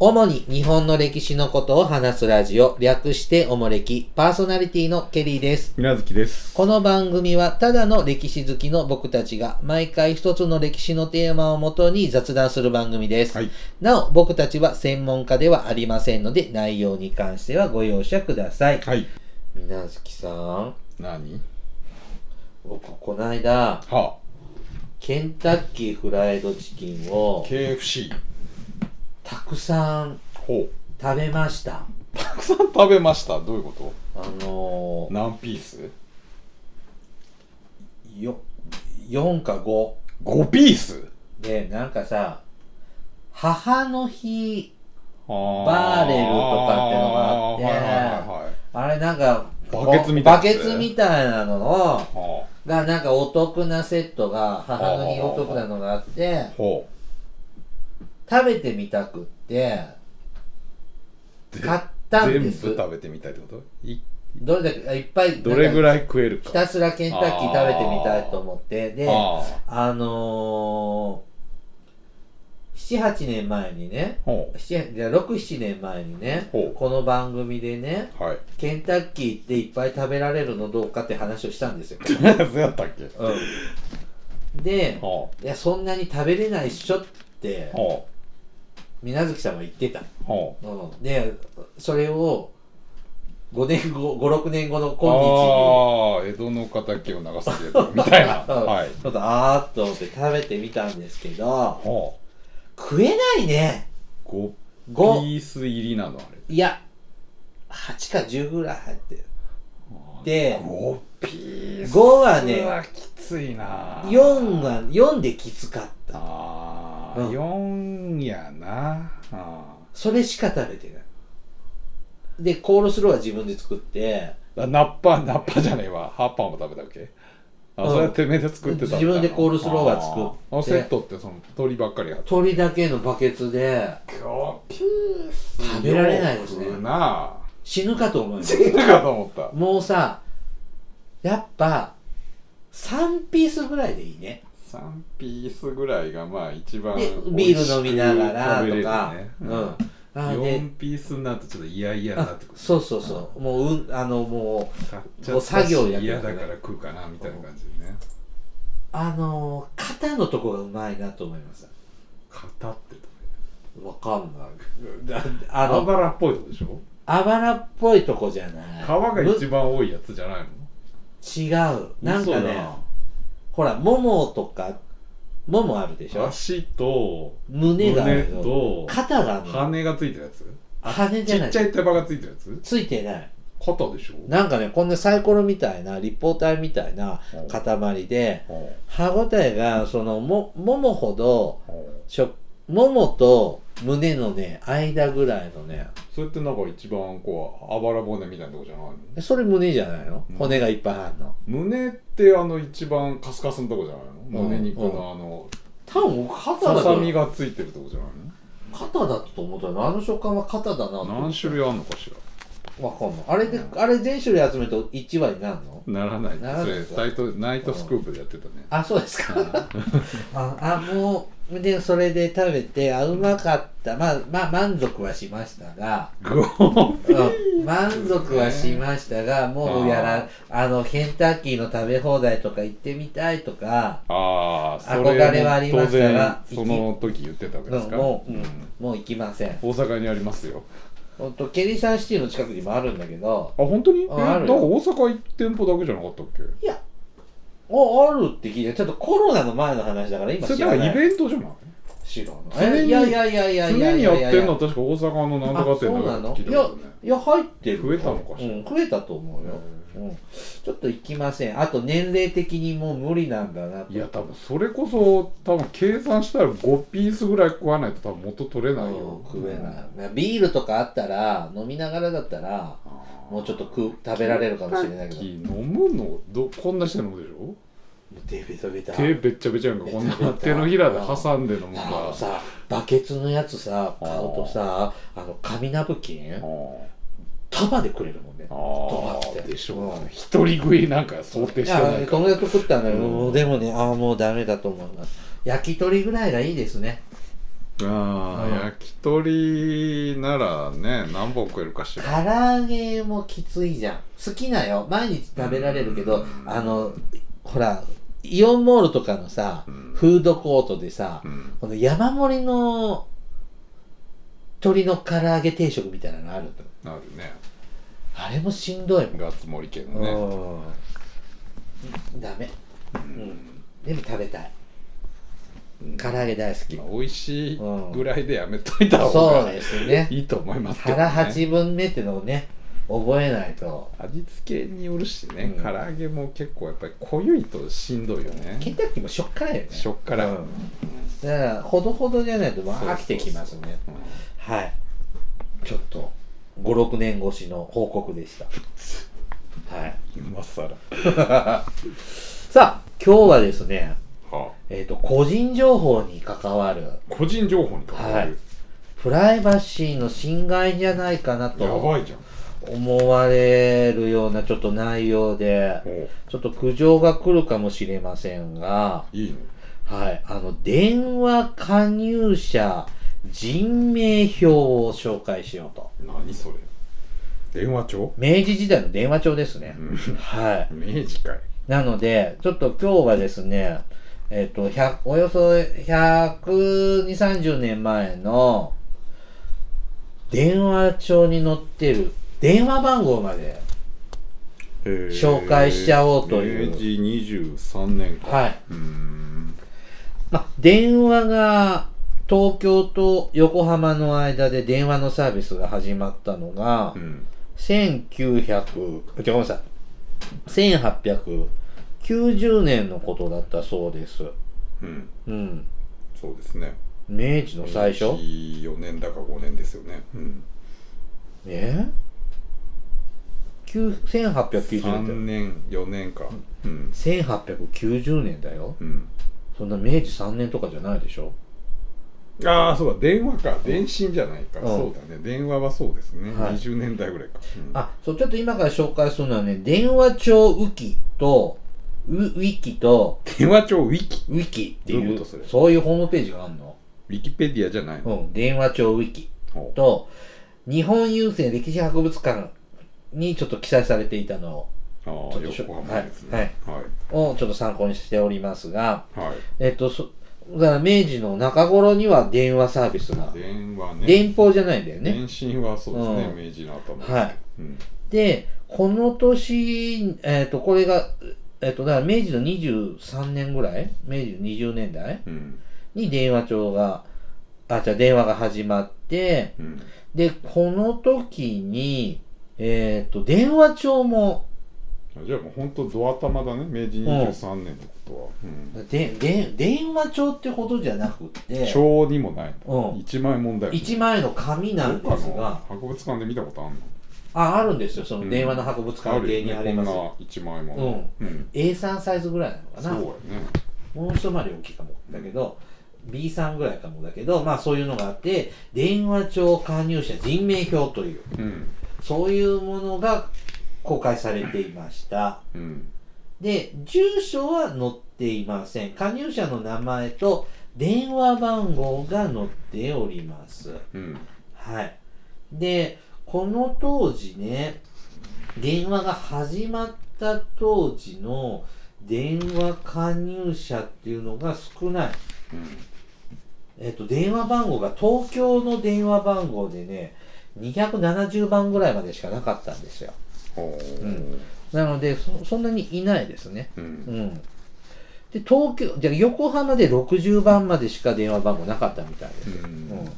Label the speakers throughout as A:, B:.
A: 主に日本の歴史のことを話すラジオ、略しておもれき、パーソナリティのケリーです。
B: みなずきです。
A: この番組はただの歴史好きの僕たちが毎回一つの歴史のテーマをもとに雑談する番組です。
B: はい。
A: なお、僕たちは専門家ではありませんので、内容に関してはご容赦ください。
B: はい。
A: みなずきさん、
B: 何
A: 僕、こないだ、
B: は
A: ケンタッキーフライドチキンを
B: あ、、KFC。
A: たくさん
B: ほう。
A: 食べました。
B: たくさん 食べました。どういうこ
A: あの
B: と何ピース
A: ー、よ、4か5。
B: ?5 ピース
A: で、なんかさ、母の日、バ
B: バ
A: ーレルとかってのがあって
B: はいはいはいはい
A: あれなんか、
B: バケツみたいなやつ
A: バケツみたいなのを、
B: は
A: がなんかお得なセットが、母の日お得なのがあって
B: あ。、ほ
A: 食べてみたくって、
B: う。
A: 買ったん
B: 全
A: で
B: 部
A: す。
B: 食べてみたいってことい
A: どれだけ、あいっぱい、
B: どれぐ
A: い
B: らい食える
A: ひ
B: か。
A: たすらケンタッキー食べてみたいと思って、で、
B: ああ。
A: あのー、7、8年前にね、
B: ほ
A: 7じゃあ6、7年前にね、
B: ほう
A: この番組でね、
B: う。はい。
A: ケンタッキーっていっぱい食べられるのどうかって話をしたんですよ。
B: そうやったっけ
A: うん、で、
B: ほ
A: いや、そんなに食べれないっしょって
B: う。、ほ
A: 水月さんは言ってた。
B: う。ほ
A: うん、で、それを、5年後、5、6年後の
B: う。
A: 今日
B: ああ、江戸の敵を流すけど、みたい な。
A: うん
B: はい。
A: に、ちょっとあーっと思って食べてみたんですけど、
B: ほう。
A: 食えないね。
B: 5ピ
A: 五
B: ース入りなのあれ
A: いや、8か10ぐらい入ってる。で、
B: 5ピース
A: 5はね
B: はきついな
A: 4が、4できつかった。
B: あ
A: うん
B: ー、四4やなあ
A: それしか食べてない。で、コールスローは自分で作って、
B: ーあナッパナッパじゃねえわハッパーも食べたっけあ、
A: うん
B: それはてめえで作ってたんだな
A: 自分でコールスローは作って
B: あーあのセットってその鳥ばっかりやって
A: 鳥だけのバケツで
B: 5ピース
A: 食べられないですね
B: よく食うな
A: 死ぬかと思いま
B: 死
A: す。
B: ぬかと思った
A: もうさ、やっぱ、3ピースぐらいでいいね。
B: 3ピースぐらいがまあ一番
A: で、ビール飲みながら
B: 美
A: と
B: 味しく
A: か
B: 食べれるね、
A: うん。あーで
B: 4ピースになるとちょっと嫌々にな
A: あ
B: ってくる
A: そうそうそう。もう、うん、あの、もう、
B: 買っち
A: も
B: ゃ
A: う
B: っ
A: 作
B: た
A: 業
B: し
A: やけど
B: 嫌
A: ね
B: だから食うかなみたいな感じでね
A: あのー、肩のとこがうまいなと思いました。
B: 肩ってとこ
A: わかん ない。あ
B: あ
A: の、
B: ばらっぽいとこでしょ
A: あばらっぽいとこじゃない。
B: 皮が
A: む
B: 一番多いやつじゃないの
A: 違う。 なんか
B: 嘘
A: ね
B: だ、
A: ほら、ももとか、ももあるでしょ
B: 足と
A: 胸があ
B: 胸
A: るの。
B: と
A: 肩があるの。
B: 羽がついてるやつ
A: 羽じ
B: ち
A: ゃな
B: っ
A: い
B: ちゃ。い手羽がついてるやつ
A: ついてない。
B: 肩でしょ
A: なんかね、こんなサイコロみたいな、立方体みたいな
B: うん
A: 塊で、
B: うん
A: 歯ごたえが、その、も、ももほど、
B: うん
A: しょ、ももと胸のね、間ぐらいのね、
B: それってなんか一番こうあばら骨みたいなとこじゃないの
A: えそれ胸じゃないの
B: うん
A: 骨がいっぱいあるの。
B: 胸ってあの一番カスカスのとこじゃないの
A: うん
B: 胸肉のあの
A: 多分肩
B: さ
A: だ
B: さ
A: と、
B: みがついてるとこじゃないの
A: 肩だと思ったら、あの食感は肩だなと思っ
B: 何
A: て
B: 種類あんのかしら
A: わかんない。あれで、あれ全種類集めると1話になるの
B: ならない
A: ならない
B: それタイトナイトスクープでやってたね
A: あ、そうですか。 あ、あ、もう、で、それで食べて、あ、うまかった。まあ、まあ、満足はしましたが、
B: ご
A: うん、満足はしましたが、もうやら、あの、ケンタッキーの食べ放題とか行ってみたいとか、
B: ああそれ
A: 憧れはありましたが
B: 当然その時言ってたわけ
A: う
B: で
A: ん
B: すか
A: もう、う
B: うん
A: ん、もう行きません。
B: 大阪にありますよ
A: ほんと、ケリサンシティの近くにもあるんだけど
B: あ、本当にえ
A: あ
B: だ
A: あ
B: から
A: る
B: 大
A: よ
B: 阪一店舗だけじゃなかったっけ
A: いや、あ、あるって聞いて、ちょっとコロナの前の話だから今
B: それ
A: 知
B: だ
A: ら
B: か
A: ない。
B: らイベントじゃない
A: 知ら
B: 常
A: ない。
B: に
A: いやいやいやいやいや
B: 常
A: い
B: に
A: や
B: や
A: いや
B: っ
A: い
B: て
A: や
B: んのは確か大阪のなんとか
A: あ、そ
B: 店
A: う
B: だ
A: な
B: から
A: の
B: 聞い
A: い
B: た
A: や
B: ことない、
A: いや、入ってるよ。
B: 増えたのかしら
A: うん、増えたと思うよ。
B: へ
A: うん。ちょっと行きません。あと、年齢的にもう無理なんだなと。
B: いや多分それこそ多分計算したら5ピースぐらい食わないと多分元取れ
A: う
B: な
A: ん
B: いよ
A: 食えない。ビールとかあったら、飲みながらだったら、もうちょっと食う食べられるかもしれないけど、
B: 飲むのどこんなして飲むでしょ
A: 手ベタベタ。
B: 手べっちゃべちゃやんかこんな 手のひらで挟んで飲む
A: あの
B: か
A: さ、バケツのやつさ、買うとさ、あの、紙ナプキン束でくれるもんね。
B: あ
A: ドバって
B: あでしょう一人食いなんか想定
A: い
B: してな
A: や
B: い
A: 友達と食ったんだけど、
B: うん
A: もうでもねああもうダメだと思います焼き鳥ぐらいがいいですね
B: あ
A: うん
B: あ焼き鳥ならね何本食えるかしら
A: 唐揚げもきついじゃん好きなよ毎日食べられるけど
B: うん
A: あのほらイオンモールとかのさ
B: うん
A: フードコートでさ
B: うん
A: この山盛りの鶏の唐揚げ定食みたいなのあるの
B: なるね
A: あれもしんどいもん
B: ガッツ盛り系のね
A: うんダメ
B: うん
A: でも食べたい唐揚げ大好き
B: まあ美味しい
A: うん
B: ぐらいでやめといた方
A: そう
B: が
A: ですね
B: いいと思いますけどね
A: 腹八分目ってのをね覚えないと
B: 味付けによるしね
A: うん
B: 唐揚げも結構やっぱり濃ゆいとしんどいよね
A: ケンタッキーもしょっからよね
B: しょっから
A: うんだからほどほどじゃないとまあ飽きてきますね
B: うん
A: はいちょっと56年越しの報告でしたはい
B: 今更は
A: さあ今日はですね
B: あ
A: えっ、と個人情報に関わる
B: 個人情報に関わる
A: プライバシーの侵害じゃないかな
B: や
A: と
B: ばいじゃん
A: 思われるようなちょっと内容で
B: おう
A: ちょっと苦情が来るかもしれませんが
B: いいね
A: はい。あの、電話加入者人名表を紹介しようと。
B: 何それ電話帳
A: 明治時代の電話帳ですね。はい。
B: 明治かい
A: なので、ちょっと今日はですね、えっ、と、100およそ120、30年前の電話帳に載ってる電話番号まで、紹介しちゃおうという
B: 明治23年か
A: はい。
B: うーん
A: まあ、電話が東京と横浜の間で電話のサービスが始まったのが、
B: うん
A: 1900ごめんなさい1890年のことだったそうです
B: うん
A: うん
B: そうですね
A: 明治の最初
B: 明治4年だか5年ですよねうん
A: え9 ?1890 年
B: 3
A: だよ
B: 年4年かうん
A: 1890年だよ
B: うん
A: そんな明治3年とかじゃないでしょ
B: ああそうだ電話か電信じゃないか、
A: うん
B: そうだね電話はそうですね、
A: はい
B: 20年代ぐらいか、うん
A: あそうちょっと今から紹介するのはね電話帳ウキとウウィキと
B: 電話帳ウィキ
A: ウィキっていう
B: どういうことそれ
A: そういうホームページがあるの
B: ウィキペディアじゃないの、
A: うん電話帳ウィキ
B: ほう
A: と、日本郵政歴史博物館にちょっと記載されていたのち
B: あ
A: ょ
B: あ
A: っとしょ
B: 横浜ですねはい
A: をちょっと参考にしておりますが、
B: はい、
A: えっと、そだから明治の中頃には電話サービスが、
B: 電話ね
A: 電報じゃないんだよね。
B: 電信はそうですね、
A: う
B: 明治の頭ですね
A: はい。
B: うん
A: で、この年、えっと、これが、えっと、だから明治の23年ぐらい明治の20年代
B: うん
A: に電話帳が、あ、じゃあ電話が始まって、
B: うん
A: で、この時に、えっと、電話帳も
B: じゃあもう本当ドア玉だね明治23年ってことは、うん
A: でで電話帳ってほどじゃなくて
B: 帳にもないんだ、
A: うん
B: 一万円問題
A: 1枚の紙なんで
B: どっ
A: す
B: かの
A: が
B: 博物館で見たことあるの
A: ああるんですよその
B: うん
A: 電話の博物館系にあります、
B: こんな一万円も、うん、
A: A3 サイズぐらいな
B: そう
A: のか
B: や
A: な
B: ね
A: もう一回り大きいかもだけど B3 ぐらいかもだけどまあそういうのがあって電話帳加入者人名表という
B: うん
A: そういうものが公開されていました
B: うん
A: で住所は載っていません加入者の名前と電話番号が載っております
B: うん
A: はい。で、この当時ね、電話が始まった当時の電話加入者っていうのが少ない。えっと、電話番号が東京の電話番号でね、270番ぐらいまでしかなかったんですよ。
B: ほう
A: うんなので、そそんなにいないですね。
B: う
A: うんん。で、東京、じゃあ横浜で60番までしか電話番号なかったみたいです。
B: うん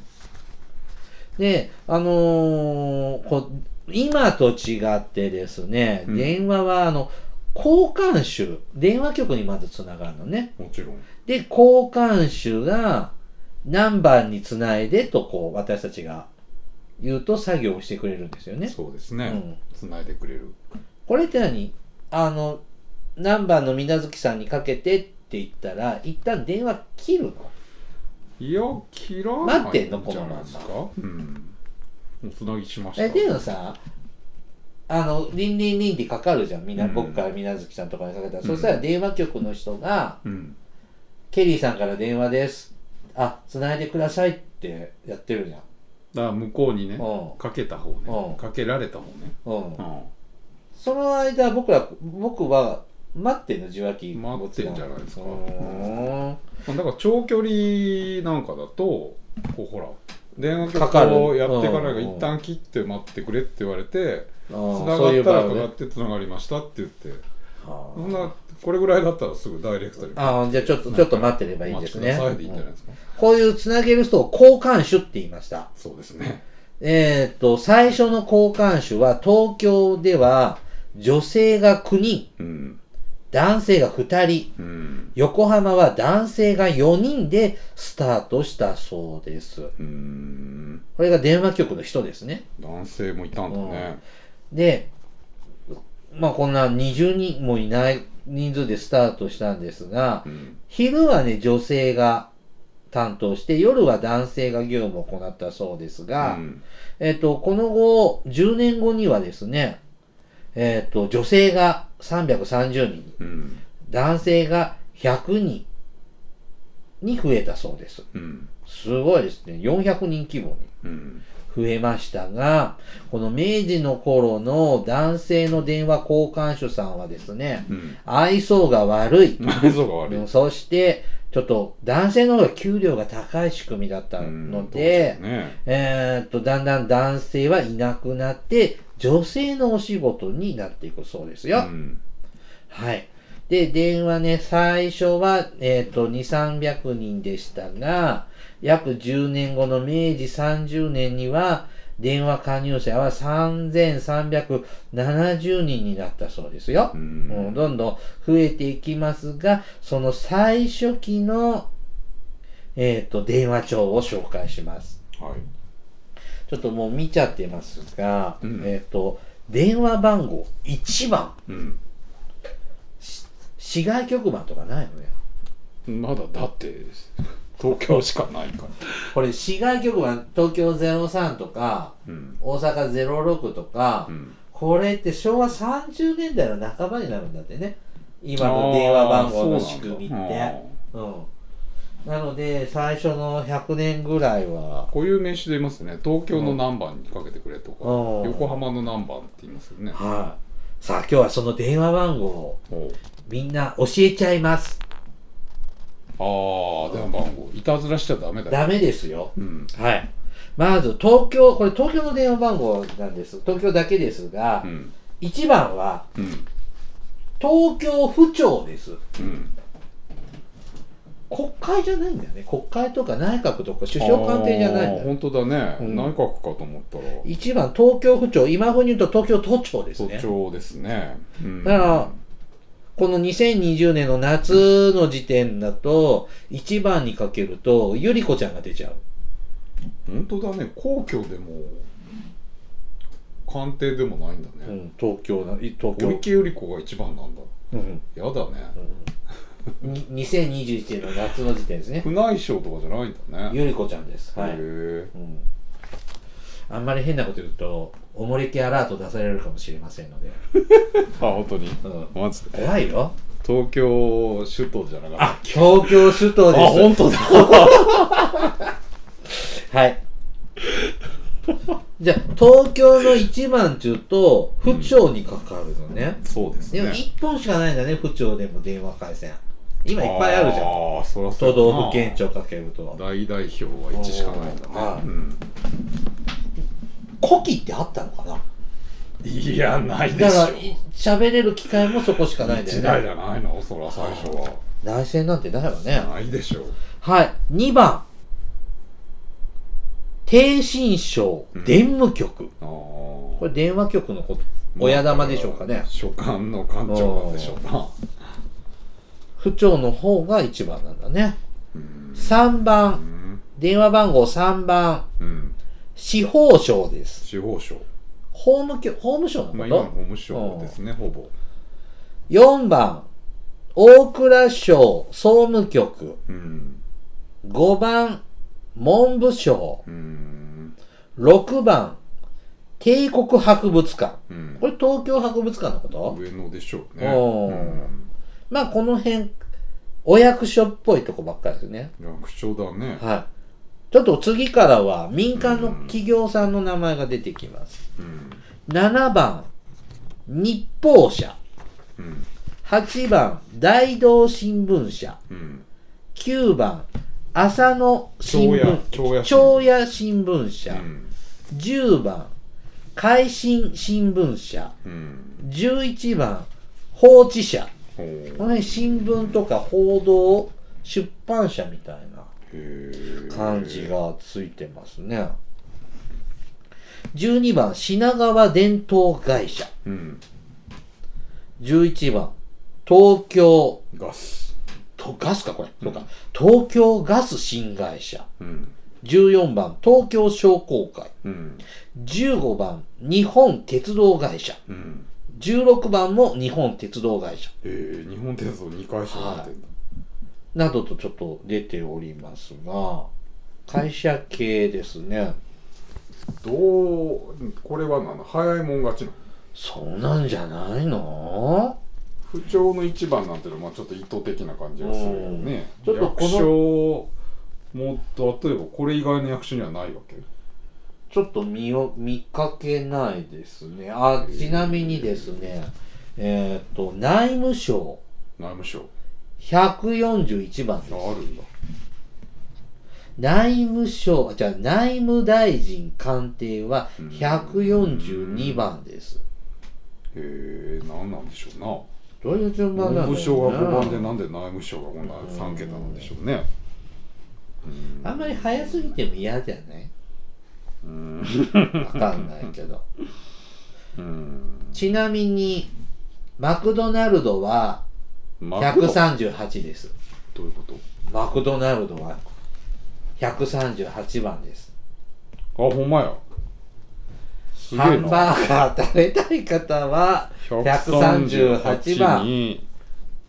A: で、あのーこう今と違ってですね、
B: うん
A: 電話はあの交換手、電話局にまずつながるのね。
B: もちろん
A: で、交換手が何番につないでとこう私たちが言うと作業をしてくれるんですよね。
B: そうです
A: う
B: ね
A: ん、
B: つないでくれる
A: これって何あの、何番の水無月さんにかけてって言ったら、一旦電話切るの
B: いや切らない
A: 待ってんの
B: じゃないですかうんおつなぎしました
A: えっていうのさあのリンリンリンってかかるじゃんみんな、
B: うん
A: 僕から水無月さんとかにかけたら、
B: うん
A: そしたら電話局の人が
B: うん
A: 「ケリーさんから電話です」あ「つないでください」ってってやってるじゃん。
B: から向こうにね
A: う
B: かけた方
A: う
B: ね
A: ん
B: かけられた方ね
A: ん。うん。
B: う
A: その間、僕ら、僕は、待ってんの、受話器。
B: 待ってんじゃないですか
A: うーん
B: んだから長距離なんかだとこうほら電話
A: かか
B: 局を
A: る
B: やってからが
A: うん
B: 一旦切って待ってくれって言われて
A: うん
B: 繋
A: そうい
B: が
A: う場合は
B: ったらか
A: ね
B: かって繋がりましたって言って
A: は
B: そんなこれぐらいだったらすぐダイレクトに
A: ああー、じゃあちょっと、ちょっと待ってればいい
B: 待
A: で
B: ち
A: す
B: くだ
A: ね。
B: さいでいいんじゃないですか
A: こういうつなげる人を交換手って言いました。
B: そうですね
A: えーっと、最初の交換手は東京では女性が9人、
B: うん
A: 男性が2人、
B: うん
A: 横浜は男性が4人でスタートしたそうです。
B: うん
A: これが電話局の人ですね。
B: 男性もいたんだね
A: で、まあこんな20人もいない人数でスタートしたんですが、
B: うん
A: 昼はね、女性が担当して、夜は男性が業務を行ったそうですが、
B: うん
A: えっ、と、この後、10年後にはですね、えっ、と、女性が330人、
B: うん
A: 男性が100人に増えたそうです。
B: うん
A: すごいですね。400人規模に
B: うん
A: 増えましたが、この明治の頃の男性の電話交換手さんはですね、
B: うん
A: 愛想が悪い。
B: 内臓が悪い
A: そして、ちょっと男性の方が給料が高い仕組みだったので、
B: うんね
A: えーっと、だんだん男性はいなくなって、女性のお仕事になっていくそうですよ。
B: うん
A: はい。で、電話ね、最初は、えーっと、2、300人でしたが、約10年後の明治30年には、電話加入者は3370人になったそうですよ
B: う。
A: うん
B: ん
A: どんどん増えていきますが、その最初期の、えーっと、電話帳を紹介します。
B: はい
A: ちょっともう見ちゃってますが、
B: うん
A: えっ、と、電話番号1番、
B: うん
A: 市外局番とかないのよ。
B: まだだって東京しかないから、
A: これ、市外局番、東京03とか、
B: うん
A: 大阪06とか、
B: うん、
A: これって昭和30年代の半ばになるんだってね。今の電話番号の仕組みって。
B: あーそうなんだあー
A: うん。なので、最初の100年ぐらいは、
B: こういう名詞で言いますよね東京の何番にかけてくれとか、
A: うん
B: 横浜の何番って言いますよね、
A: はい。さあ、今日はその電話番号を
B: おう
A: みんな教えちゃいます。
B: ああ電話番号いたずらしちゃダメだよ
A: ダメですよ。
B: うん
A: はい。まず、東京、これ東京の電話番号なんです。東京だけですが、
B: うん
A: 1番は、
B: うん
A: 東京府庁です。
B: うん
A: 国会じゃないんだよね。国会とか内閣とか首相官邸じゃないん
B: あー
A: だよ。
B: 本当だね、
A: うん
B: 内閣かと思ったら
A: 1番、東京府庁。今風に言うと東京都庁です
B: 都
A: ね。
B: 庁ですね、うん、
A: だからこの2020年の夏の時点だと、1番にかけると、ゆりこちゃんが出ちゃう。
B: 本当だね皇居でも官邸でもないんだ
A: う
B: ね、
A: ん、東京な、い東
B: 小
A: 京。
B: 池百合子が一番なんだ
A: うん、
B: やだね、
A: うんに2021年の夏の時点ですね。
B: 宮内省とかじゃないんだね
A: ゆりこちゃんです。はい
B: へ。え
A: うんあんまり変なこと言うと、おもれきアラート出されるかもしれませんので。
B: あ本当に
A: うん
B: マジで
A: 怖いよ。
B: 東京首都じゃなかった
A: あ、東京首都です。
B: 当だ
A: はい。 じゃあ、東京の一番っていうと、府庁にかかるのね。
B: そうです
A: でも
B: ね
A: 一本しかないんだね、府庁でも電話回線。今いっぱいあるじゃん。
B: ああそらそう
A: 都
B: だ
A: 道府県庁かけると。
B: 大代表は1しかないんだ
A: おーは
B: ね
A: い、
B: うん
A: 古希ってあったのかない
B: やないで
A: だ
B: し
A: か
B: ょ
A: ら、い喋れる機会もそこしかないんだ
B: 時
A: よ
B: 代
A: ね。
B: じゃないのそら最初は
A: 内戦なんてないわね。
B: ないでしょう
A: はい。2番。低心症、
B: うん
A: 電務局。
B: ああ
A: こ
B: こ
A: れ電話局のこと、親玉でしょうかね。
B: 所管の官庁なんでしょうな
A: 府庁の方が1番なんだね。
B: うん
A: 3
B: う
A: 番。
B: ん
A: 電話番号3番。
B: うん
A: 司法省です。
B: 司法省
A: 法務局、法務省
B: ま
A: の
B: あ
A: こと
B: 今の法務省ですねほぼ
A: ?4 番。大蔵省総務局。
B: うん
A: 5番。文部省。
B: うん
A: 6番。帝国博物館。
B: うん
A: これ東京博物館のこと
B: 上野でしょうね
A: おーまあこの辺、お役所っぽいとこばっかりですね。
B: うん役所だね
A: はい。ちょっと次からは民間の企業さんの名前が出てきます。
B: うん
A: 7番、日報社。
B: うん
A: 8番、大同新聞社。
B: うん
A: 9番、朝野新聞
B: 朝野
A: 朝野新聞社。
B: うん
A: 10番、海新新聞社。
B: うん
A: 11番、放置社。
B: ほう
A: この辺新聞とか報道出版社みたいな
B: へえ
A: 感じがついてますね。12番、品川伝統会社。
B: うん
A: 11番、東京、
B: ガス
A: とガスかこれ。そうか。東京ガス新会社。
B: うん
A: 14番、東京商工会。
B: うん
A: 15番、日本鉄道会社。
B: うん
A: 16番も日本鉄道会社。
B: えー、日本鉄道二回所になってんだ、
A: などとちょっと出ておりますが、会社系ですね。
B: どうこれは何だ早いもん勝ちなの
A: そうなんじゃないの
B: 不調の一番なんていうのはまあちょっと意図的な感じがするよね
A: うんちょっとこの
B: 役所も例えばこれ以外の役所にはないわけ
A: ちょっと見よ見かけないですね。あ、ちなみにですね、えーっと、内務省
B: 内務省
A: 141番です。
B: ああるんだ
A: 内務省、じゃあ内務大臣官邸は142番です。
B: へえ何なんでしょうな
A: どういう順
B: 内
A: 番なん
B: 務
A: だ
B: 省
A: ろう
B: が5番で
A: な
B: なんで内務省がこんな3桁なんでしょうねうん
A: あんまり早すぎても嫌じゃない
B: うん
A: わかんないけど。
B: うん
A: ちなみに、マクドナルドは
B: マクド
A: 138です。
B: どういうこと
A: マクドナルドは138番です。
B: あほんまやすげ
A: ハ
B: え
A: ン
B: な
A: バーガー食べたい方は、138
B: 138
A: 番
B: に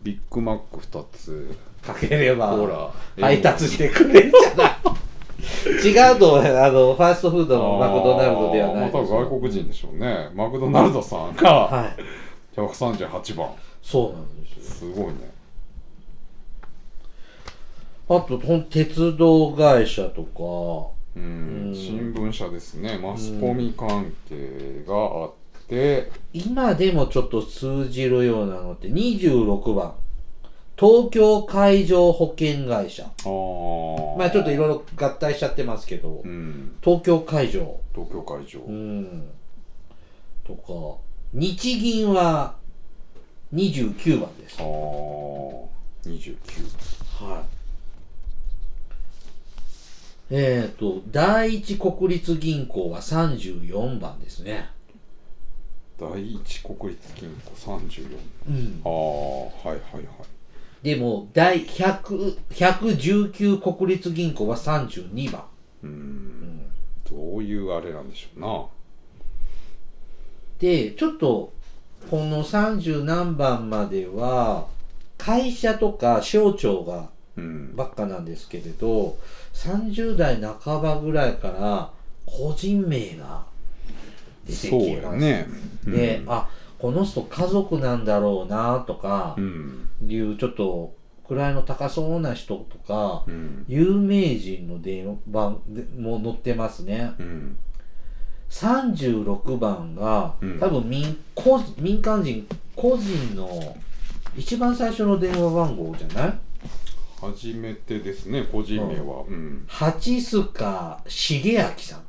B: ビッグマック2つ
A: かけれ
B: ほ
A: ば
B: ら
A: 配達してくれるんじゃない違うと、あの、ファーストフードのマクドナルドではない
B: あーま
A: で
B: あ
A: す。
B: 多分外国人でしょうねマクドナルドさんが
A: はい。
B: 138番
A: そうなんですよ。
B: すごいね
A: あと、ほん鉄道会社とか、
B: うん
A: うん
B: 新聞社ですねマスコミ関係があって
A: 今でもちょっと通じるようなのって26番東京海上保険会社
B: あー
A: まあちょっといろいろ合体しちゃってますけど
B: うん
A: 東京海上
B: 東京会場
A: うんとか日銀は29番です
B: あー29
A: はいえっ、と第一国立銀行は34番ですね
B: 第一国立金庫34
A: うん
B: ああはいはいはい
A: でも第100 119国立銀行は32番
B: うんどういうあれなんでしょ
A: でちょっとこの30何番までは会社とか省庁が
B: うなうん
A: ばっかなんですけれど30代半ばぐらいから個人名が出て
B: そう
A: き
B: や
A: ます、
B: ね
A: で、あこの人家族なんだろうなとか
B: うん
A: いうちょっと位の高そうな人とか
B: うん
A: 有名人の電話も載ってますね
B: うん
A: 36番が、
B: うん
A: 多分民個人民間人個人の一番最初の電話番号じゃない
B: 初めてですね個人名はうん
A: 八須賀重明さん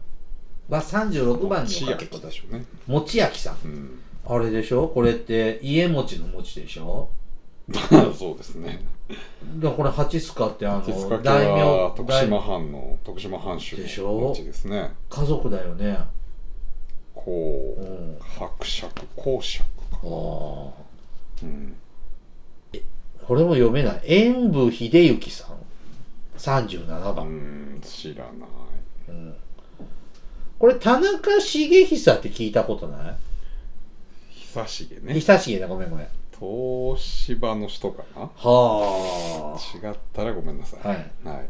A: は36番にお
B: 千
A: かけ
B: 秋でしょうね
A: 持ち明さん
B: うん
A: あれでしょこれって家持ちの持ちでしょ
B: そうですね
A: だからこれ八須賀ってあ
B: 手
A: の
B: 塚家は
A: 大名
B: 徳
A: 大
B: 島藩の徳島藩主
A: でし
B: の
A: ょ
B: 町ですね
A: 家族だよね
B: こ
A: う
B: うん
A: あ
B: 伯爵公爵
A: あ
B: か
A: こ
B: うん
A: れも読めない演武秀幸さん37
B: う
A: 番
B: ん知らない
A: うんこれ田中茂久って聞いたことない
B: 久重ね
A: 久重だごめんごめん
B: 東芝の人かな
A: は
B: 違ったらごめんなさい
A: はい
B: はい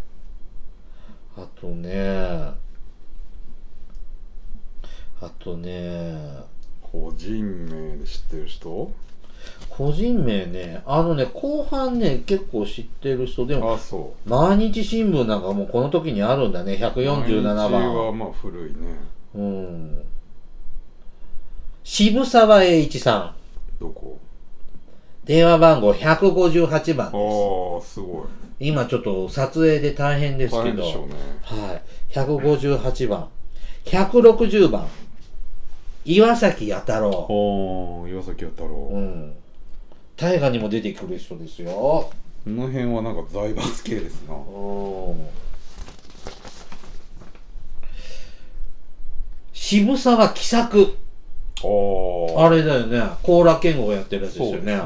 A: あとねあとね
B: 個人名で知ってる人
A: 個人名ね、あのね、後半ね、結構知ってる人でも、
B: あそ
A: 毎日新聞なんかもうこの時にあるんだね、
B: う
A: 147
B: 毎日は
A: 番。
B: まあ古いね
A: うん。渋沢栄一さ
B: どこ
A: ん、電話番号158番です。
B: ああすごい
A: 今ちょっと撮影で大変です
B: 大
A: け
B: 変で
A: ど、
B: しょうね
A: はい。158番。160番。岩崎弥太郎。
B: ああ岩崎弥太郎、
A: うん。大河にも出てくる人ですよ。
B: この辺はなんか財閥系ですな
A: 渋沢喜作。
B: あ
A: あれだよね。甲羅健吾がやってるやつです
B: そう
A: よ
B: です
A: ね。
B: ね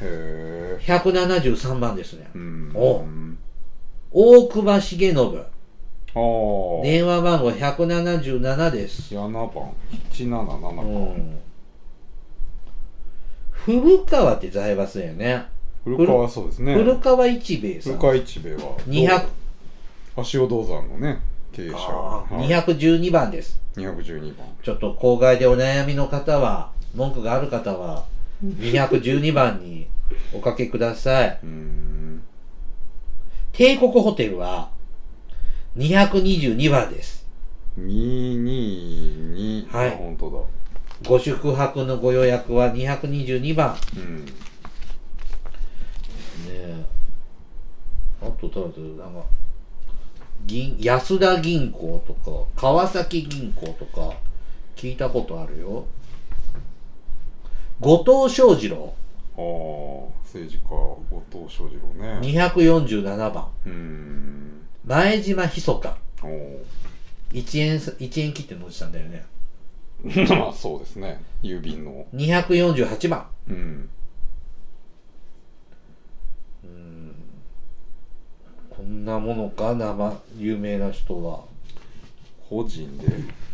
B: へえ
A: 173番ですね。
B: うん
A: お大久保重信。
B: ああ、
A: 電話番号177です。
B: 7番177
A: う
B: 番、
A: ん。古川って財閥だよね。
B: 古川はそうですね
A: 古川一兵衛さ
B: 古
A: ん。
B: 川一兵衛は
A: 200
B: 足尾銅山のね経営者
A: あー
B: はい
A: 212番です。
B: 212番
A: ちょっと郊外でお悩みの方は、文句がある方は、212番におかけください。
B: うーん
A: 帝国ホテルは、222番です。
B: 222
A: はい
B: あ本当だ
A: ご宿泊のご予約は222番。ね
B: うん
A: えあと、誰だろうなんか、銀、安田銀行とか、川崎銀行とか、聞いたことあるよ。後藤翔二郎、
B: ああ政治家後藤翔二郎ね
A: 247番。
B: うーん
A: 前島ひそか。
B: おお
A: 1円さ、1円切ってのおじさんだよね。
B: まあそうですね郵便の
A: 248番。
B: うん
A: こんなものか、生、有名な人は。
B: 個人で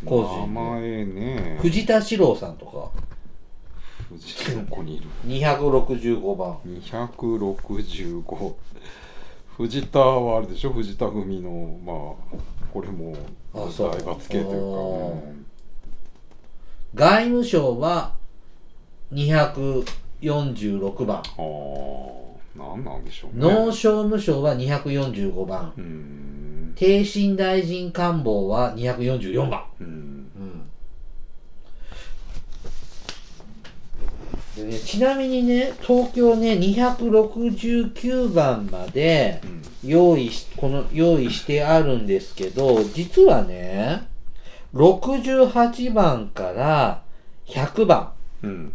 A: 個人で
B: 名前ね
A: 藤田史郎さんとか、
B: 藤の子にいる
A: 265番。
B: 265藤田はあれでしょ藤田組のまあこれも
A: あそう
B: 財閥系というか、
A: 外務省は、246番。
B: うん、ああ何なんでしょうね
A: 農商務省は245番。
B: うーん
A: 帝進大臣官房は244番。
B: うん
A: うんでね、ちなみにね、東京ね、269番まで
B: うん
A: 用意し、この用意してあるんですけど、実はね、68番から100番、
B: うん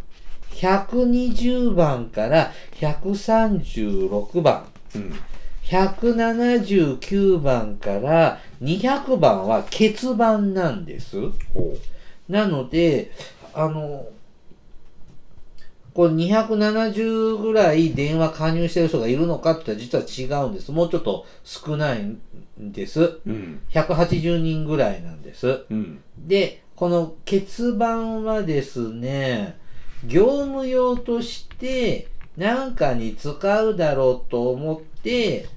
A: 120番から136番、
B: うん
A: 179番から200番は欠番なんです。
B: おう
A: なので、あの、これ270ぐらい電話加入してる人がいるのかって言ったら実は違うんです。もうちょっと少ないんです。
B: うん
A: 180人ぐらいなんです。
B: うん
A: で、この欠番はですね、業務用として何かに使うだろうと思って、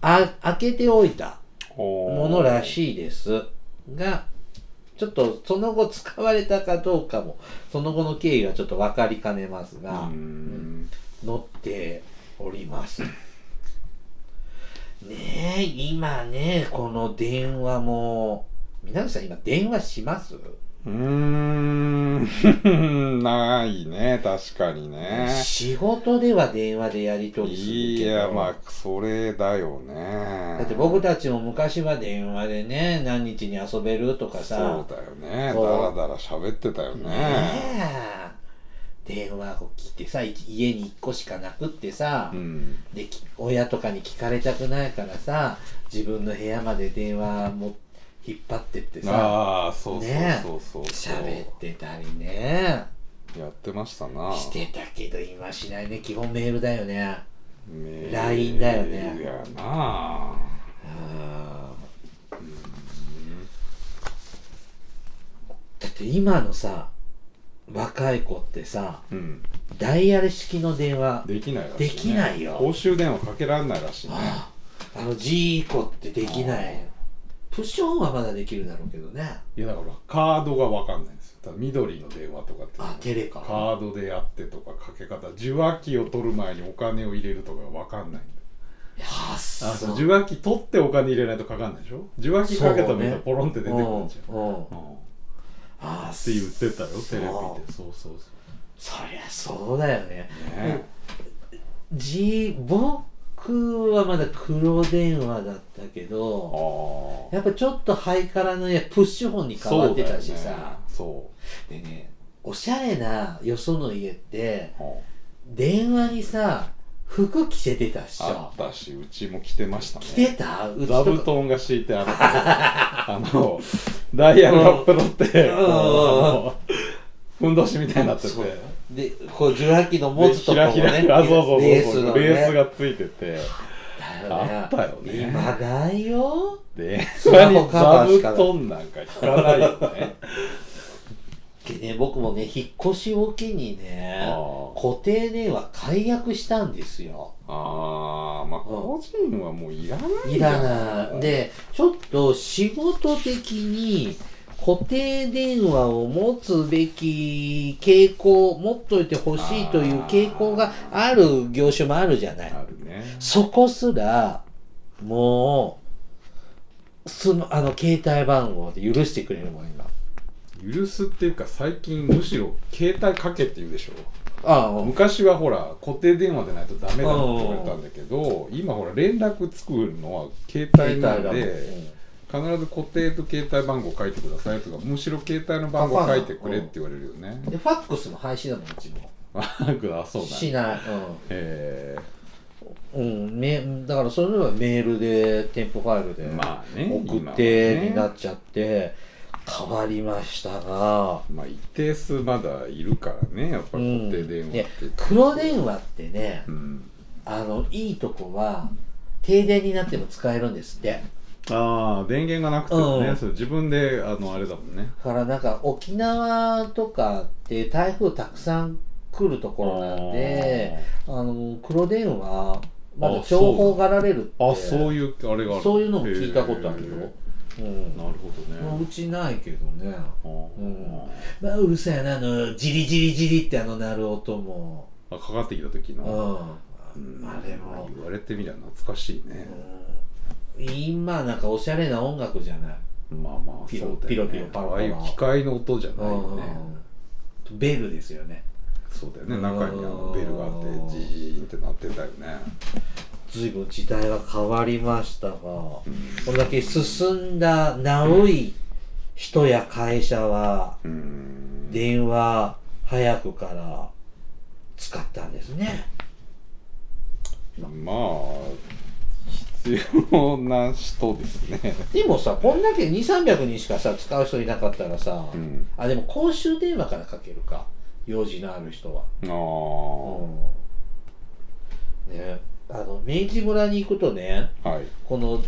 A: あ、開けておいた。も
B: も
A: のらしいですが、ちょっとその後使われたかどうかも、その後の経緯がちょっと分かりかねます
B: うー
A: が、
B: ん
A: 載っております。ねえ、今ね、この電話も、皆さん今電話します、
B: うーん ないね確かにね
A: 仕事では電話でやり取りする
B: い
A: けど。
B: やまあそれだよね
A: だって僕たちも昔は電話でね、何日に遊べるとかさ、
B: そうだよね
A: そう
B: だらだら喋ってたよね
A: ねえ電話を切ってさい家に1個しかなくってさ、
B: うん
A: でき親とかに聞かれたくないからさ自分の部屋まで電話も引っ張ってってさ
B: ああそうそうそうそうそう
A: 喋ってたりね
B: やってましたな
A: してたけど今しないね基本メールだよね
B: メール
A: LINE だよね
B: やな
A: うんだって今のさ若い子ってさ
B: うん
A: ダイヤル式の電話
B: できないらしい、
A: で
B: ね、
A: きないよ
B: 公衆電話かけられないらしいね
A: ああのジーコってできない。プッシュオンはまだできるだろうけどね
B: いやだからカードが分かんないんですよただ緑の電話とかって
A: あテレカ
B: カードでやってとかかけ方受話器を取る前にお金を入れるとか分かんないんで
A: あ
B: あそう
A: そう
B: 受話器取ってお金入れないとかかんないでしょ受話器かけたらみんなポロンって出てくるんじゃん、
A: うんうん
B: うんっ
A: あ
B: て言
A: そ
B: ってたよテレビ
A: そ
B: でそうそうそう
A: そりゃそうだよね
B: ね
A: じ僕はまだ黒電話だったけ
B: あ
A: ど
B: あ
A: やっぱちょっとハイカラのやプッシュホンに変わってたし
B: そうだよね
A: さ、
B: そ
A: でねおしゃれなよその家って
B: う、うん
A: 電話にさ服着せてたっしょ
B: あったしうちも着てましたね
A: 着てたうち
B: 座布
A: とか
B: 団が敷いてあるあのダイヤルアップのって、
A: うん
B: こうあのふんどしみたいになってて
A: そうでこう受話器の持つと
B: ひ
A: こも
B: ら
A: ね
B: ひらあそうそうそう
A: レースのね
B: レースがついて
A: だよ
B: て
A: ね
B: あったよね
A: 今ないよ
B: で
A: ス
B: そ
A: マ
B: れ
A: ホ
B: に
A: カバ
B: 座
A: ーし
B: 布
A: かない
B: 団なんか引かないよね
A: でね僕もね引っ越しを機にね
B: あー
A: 固定電話解約したんですよ
B: あーまあ個人はもういらない
A: い
B: んじゃ
A: らないでちょっと仕事的に固定電話を持つべき傾向持っといてほしいという傾向がある業種もあるじゃない
B: あるね
A: そこすら、もう、その、あの、携帯番号で許してくれるもん、今。
B: 許すっていうか最近むしろ携帯かけって言うでしょ
A: ああ、うん
B: 昔はほら固定電話でないとダメだって言われたんだけど今ほら連絡作るのは携帯なん
A: 携
B: で
A: うん
B: 必ず固定と携帯番号書いてくださいとかむしろ携帯の番号書いてくれって言われるよね
A: で、ファックスも廃止だもん、うちも。
B: あそうなん
A: しない。
B: え
A: うん。うん、めだから、そういうのはメールで、添付ファイルで
B: ー、まあね
A: 送
B: 今
A: っ
B: は
A: て、
B: ね
A: になっちゃって、変わりましたが、
B: まあ一定数まだいるからねやっぱ
A: う
B: り
A: ん。
B: 固定電話っ
A: で
B: て、
A: 黒電話ってね、
B: うん、
A: あの、いいとこは、停電になっても使えるんですって。
B: ああ電源がなくてもね、
A: うん
B: それ自分であのあれだもんね
A: だからなんか沖縄とかって台風たくさん来るところなんであの黒電話まだ情報がられるって
B: あーあそういうあれがある
A: そういうのも聞いたことあるよ、うん
B: なるほどね、
A: まあ、うちないけどね
B: あー
A: まあうるさいなあのジリジリジリってあの鳴る音も
B: あかかってきた時
A: うん
B: の、
A: あれも、
B: 言われてみりゃ懐かしいね、
A: うん今なんかおしゃれな音楽じゃない、
B: まあまあ
A: ピロ
B: そうだよね
A: ピロピロパラパラ
B: ああいう機械の音じゃないよね、
A: うんベルですよね
B: そうだよね中にあのベルがあって
A: うん
B: ジーンってなってたよね
A: 随分時代が変わりましたが、これだけ進んだ直い人や会社は、
B: うん
A: 電話早くから使ったんですね。
B: まあ必要な人ですね、
A: でもさ、こんだけ2、300人しかさ、使う人いなかったらさ、
B: うん、
A: あ、でも公衆電話からかけるか。用事のある人は。
B: ああ、
A: うんね、あの、明治村に行くとね、
B: はい
A: この、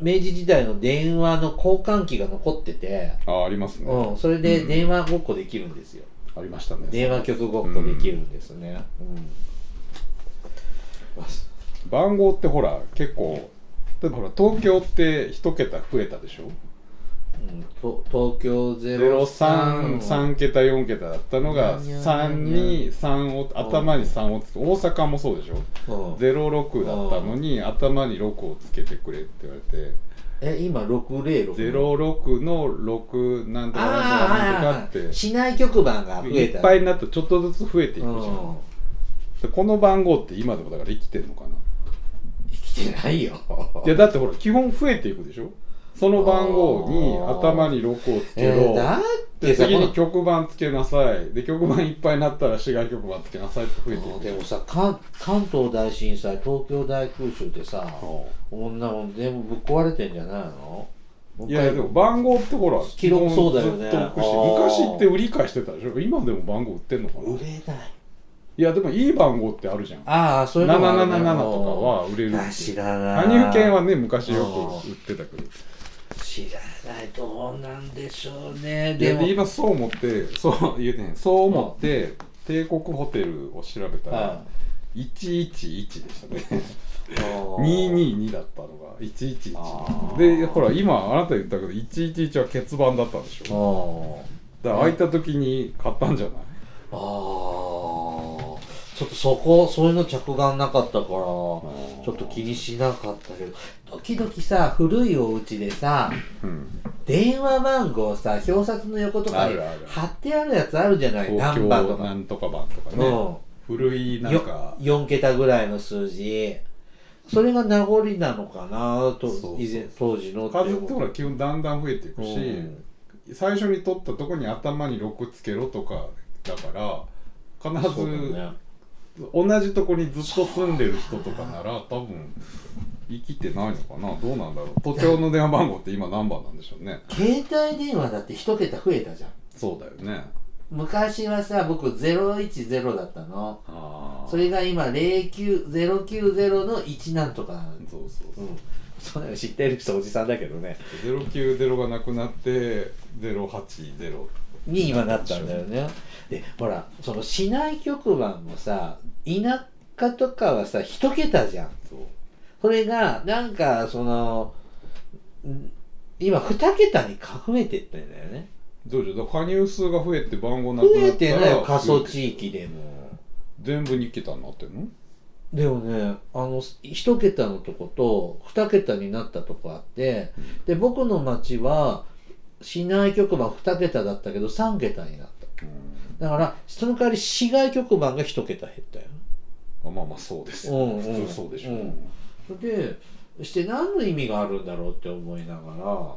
A: 明治時代の電話の交換機が残ってて、
B: あありますね、
A: うん、それで電話ごっこできるんですよ。
B: ありましたね
A: 電話局ごっこできるんですね。うん
B: 番号ってほら結構例えばほら東京って一桁増えたでしょ
A: うんと東京ゼロ三
B: 033桁4桁だったのが
A: にゃにゃ
B: 3に3を頭に3をつけ大阪もそうでしょ
A: うん
B: 06だったのに頭に6をつけてくれって言われて
A: え今六零六。
B: 06の6なんとかなんとかなん
A: ああ
B: とか
A: ああ
B: っ
A: 市内局番が
B: て
A: 増
B: い
A: え。
B: ったぱい
A: い
B: になってちょっとずつ増えていくじゃんでこの番号って今でもだから生きてるのかな
A: 生きてないよ。
B: いやだってほら基本増えていくでしょその番号に
A: あー
B: 頭に6をつけ
A: え
B: ろ
A: ー、だっ
B: で
A: てさ
B: 次に
A: こ
B: 曲盤つけなさいで曲盤いっぱいになったら市外曲盤つけなさいって増えてい
A: の
B: く
A: でもさ関関東大震災東京大空襲でさ
B: う
A: 女も全部ぶっ壊れてんじゃないの？も
B: ん
A: う
B: い
A: 一回
B: やでも番号ってほら
A: 記録
B: 基本
A: そうだよね
B: ずっと置くし
A: あー
B: 昔って売り買いしてたでしょ今でも番号売ってんのかな
A: 売れない。
B: いやでもいい番号ってあるじゃん
A: ああそういうのもあるね
B: 777とかは売れる
A: あ知らない
B: 羽生券はね昔よく売ってたけど
A: 知らないどうなんでしょうね
B: いや
A: でも
B: で今そう思ってそう言うてねそう思って帝国ホテルを調べたら
A: あ
B: 111でしたね222だったのが111
A: あー
B: でほら今あなた言ったけど111は欠番だったでし
A: あ
B: ょ
A: ー
B: だから空いた時に買ったんじゃない
A: あーちょっとそこそういうの着眼なかったからちょっと気にしなかったけど時々さ古いお家でさ
B: うん
A: 電話番号さ表札の横とかに
B: あるある
A: 貼ってあるやつあるじゃないナ
B: 東
A: ンバーと
B: 京
A: か
B: なんとか番とか
A: う
B: ね古い
A: ん
B: なんか
A: よ4桁ぐらいの数字それが名残なのかなと
B: そうそう
A: 以前当時の
B: 数って
A: 思う
B: ほら基本だんだん増えていくし、
A: うん
B: 最初に取ったとこに頭に6つけろとかだから必
A: そうだ
B: ず
A: ね
B: 同じとこにずっと住んでる人とかなら多分生きてないのかなどうなんだろう都庁の電話番号って今何番なんでしょうね
A: 携帯電話だって1桁増えたじゃん
B: そうだよね
A: 昔はさ僕010だったの
B: あ
A: それが今09 090の1なんとかなの
B: そうそう
A: う
B: そうん
A: そうなの知ってる人おじさんだけどね
B: 090がなくなって080
A: に今なったんだよねでほらその市内局番もさ田舎とかはさ一桁じゃん
B: そう
A: それがなんかそのん今二桁に隠れてってんだよね
B: どうじゃだから加入数が増えて番号なく
A: 増
B: な
A: え
B: った
A: て
B: ら
A: ないよ過疎地域でも
B: 全部2桁になってるの
A: でもねあの一桁のとこと二桁になったとこあってで僕の町は市内局番二桁だったけど三桁になった
B: うん
A: だからその代わり市外局番が一桁減ったよ
B: あまあまあそうですよ、
A: うんうん
B: 普通そうでしょ、
A: うんでして何の意味があるんだろうって思いながら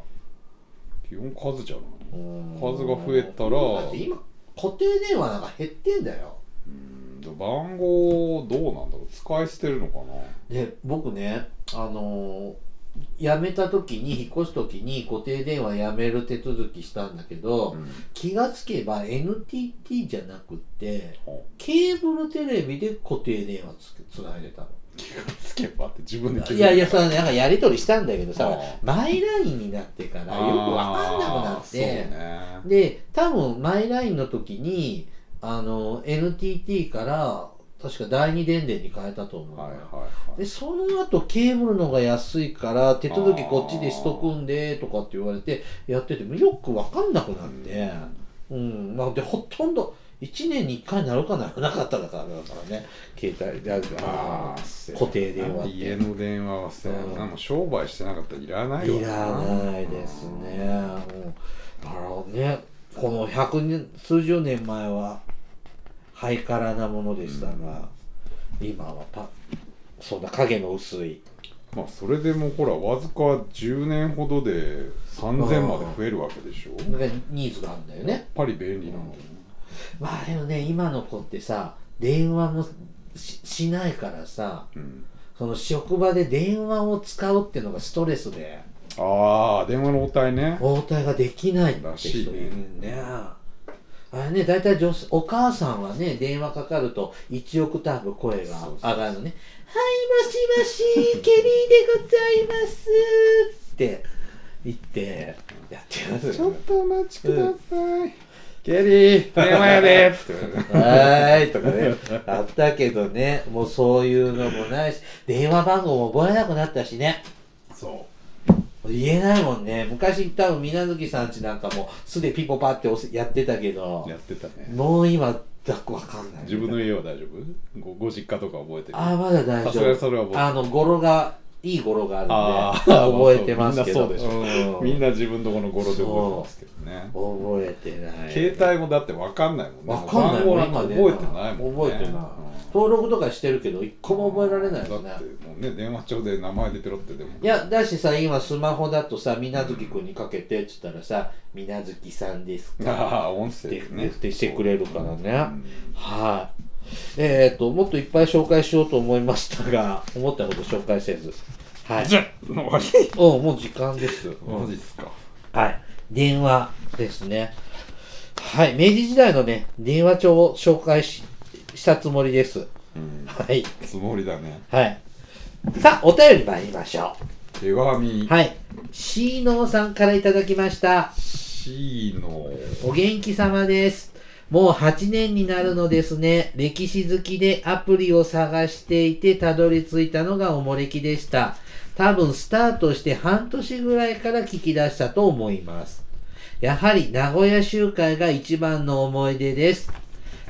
B: 基本数じゃない、
A: うん
B: 数が増えたら
A: だって今固定電話なんか減ってんだよ
B: うん、で番号どうなんだろう使い捨てるのかな
A: で僕ねあのー辞めた時に引っ越す時に固定電話辞める手続きしたんだけど、気がつけば NTT じゃなくって
B: は
A: ケーブルテレビで固定電話つつないでたの
B: 気がつけばって自分で気づ
A: いやいや
B: さ
A: それなんかやり取りしたんだけどさ
B: あ
A: マイラインになってからよくわかんなくなっ
B: そう
A: て、
B: ね
A: で多分マイラインの時にあの NTT から確か第二電電に変えたと思う、
B: はいはいはい
A: でその後ケーブルの方が安いから手続きこっちでしとくんでとかって言われてやっててよくわかんなくなってうん、まあでほとんど1年に1回なるかならなかっただからだからね携帯であ
B: あ
A: あ
B: ー
A: 固定電話って
B: 家の電話はさ、
A: うん
B: なんも商売してなかったらいらないよ
A: いらないですね、うんだからねこの百年数十年前はハイカラなものでしたが、今はたそんな影の薄い
B: まあそれでもほらわずか10年ほどで3000まで増えるわけでしょやっ
A: がニーズがあるんだよね
B: ぱり便利なんだよね
A: まあでもね今の子ってさ電話もししないからさ
B: うん
A: その職場で電話を使うっていうのがストレスで
B: ああ電話の応対ね
A: 応対ができないって人いるねあれね大体女性お母さんはね電話かかると1オクターブ声が上がるのね「はいもしもしケリーでございます」って言ってやってますよね
B: とお待ちさい。ケリー、電話やでーって言われる。
A: はーいとかね、あったけどね、もうそういうのもないし、電話番号も覚えなくなったしね、
B: そ
A: 言えないもんね、昔多分水無月さんちなんかも、素でピポパって押せやってたけど
B: う。、やってたね。
A: もう今、だわかんない。
B: 自分の家は大丈夫ごご実家とか覚えてる
A: ああ、まだ大
B: さ
A: 丈
B: すがに
A: 夫。
B: それは僕。
A: あの、語呂が、いい語呂があるんで、
B: ー
A: 覚えてますけど。
B: みんなそうでしょ。みん
A: な。
B: な自分のこの語呂で覚えてますけどね。
A: 覚えてない。
B: 携帯もだってわかんないもんね。
A: わかんない
B: も
A: も、
B: うん
A: 今
B: 番号なん
A: ね。
B: か覚えてないもんね。
A: 覚えてない
B: うん。
A: 登録とかしてるけど、一個も覚えられないですね
B: だっ。てもうね、電話帳で名前でペロってでも。
A: いや、だしさ、今スマホだとさ、みなずきくんにかけてって言ったらさ、みなずきさんですか
B: ああ、 音声
A: っ
B: で
A: て
B: ね。
A: 言ってしてくれるからね。
B: うん
A: はい。えっ、と、もっといっぱい紹介しようと思いましたが、思ったこと紹介せず。はい。
B: じゃあ、終わり。
A: おもう時間です。
B: マジっすか。
A: はい。電話ですね。はい。明治時代のね、電話帳を紹介ししたつもりです。
B: うん。
A: はい。
B: つもりだね。
A: はい。さあ、お便り参りましょ
B: 手紙
A: う。。はい。シーノーさんからいただきました。
B: C の
A: お元気様です。もう8年になるのですね。歴史好きでアプリを探していてたどり着いたのがおもれきでした。多分スタートして半年ぐらいから聞き出したと思います。やはり名古屋集会が一番の思い出です。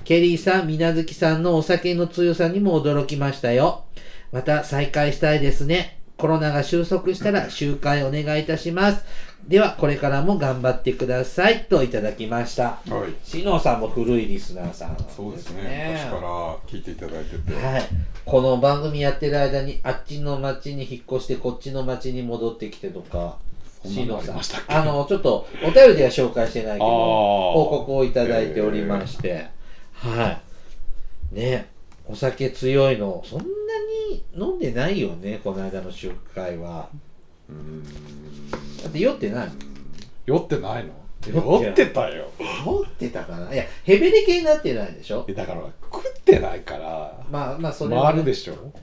A: ケリーさん、みなずきさんのお酒の強さにも驚きましたよ。また再開したいですね。コロナが収束したら集会お願いいたします。では、これからも頑張ってください。といただきました。
B: はい
A: しのさんも古いリスナーさんなんです、ね。
B: そうですね昔から聞いていただいてて
A: はい。この番組やってる間に、あっちの町に引っ越して、こっちの町に戻ってきてとか、
B: そんなのあり
A: ん
B: ましたっ、け
A: あの、ちょっと、お便りでは紹介してないけど、
B: あー
A: 報告をいただいておりまして、はい。ね、お酒強いの、そんなに飲んでないよね、この間の集会は。
B: うーん
A: だって酔ってない
B: 酔ってないの
A: 酔って
B: 酔ってたよ
A: 酔ってたかないや、ヘベレ系になってないでしょ
B: えだから食ってないから
A: まあまあ、それは
B: 回
A: ね
B: るでしょ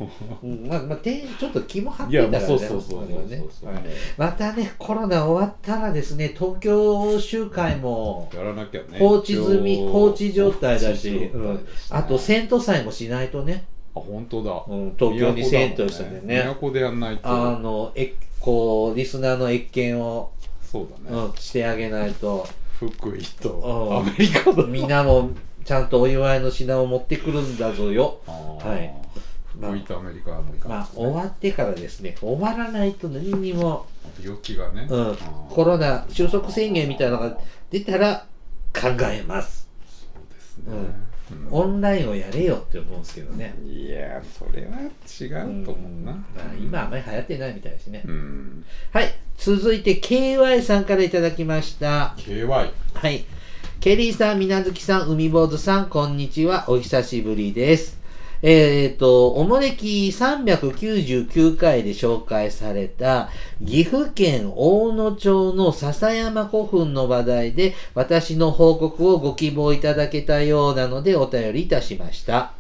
A: うん、まあ、まあ、てちょっと気も張っ
B: い
A: て
B: や
A: たら
B: も
A: ね、
B: うそうそうそう
A: それはね
B: そうそう
A: はいまたね、コロナ終わったらですね、東京集会も
B: やらなきゃね
A: 放置済み、
B: 一応
A: 放置状態だし、
B: 放置状
A: う
B: 態
A: ん
B: でしたね
A: あと、銭湯祭もしないとね、
B: あ本当だ
A: うん、東京に銭湯したんでね、
B: 都でやんないと
A: あの、えこう、リスナーの越見を、
B: そうだね、
A: うん、してあげないと、
B: 福井
A: うん
B: とアメリカだ
A: みんなもちゃんとお祝いの品を持ってくるんだぞよ。は
B: はい
A: まあ
B: 福井とアメリカはもういか
A: ま
B: な
A: あ、終わってからですね、終わらないと何にも、
B: 病気がね、
A: うん、コロナ収束宣言みたいなのが出たら考えます。
B: そうですね、うん
A: オンラインをやれよって思うんですけどね。
B: いやそれは違うと思うな、
A: んまあ今あまり流行ってないみたいですね。
B: うん
A: はい。続いて KY さんからいただきました。
B: KY
A: はい。ケリーさん、みなずきさん、海坊主さん、こんにちは。お久しぶりです。えっ、と、おもれき399回で紹介された、岐阜県大野町の笹山古墳の話題で、私の報告をご希望いただけたようなので、お便りいたしました。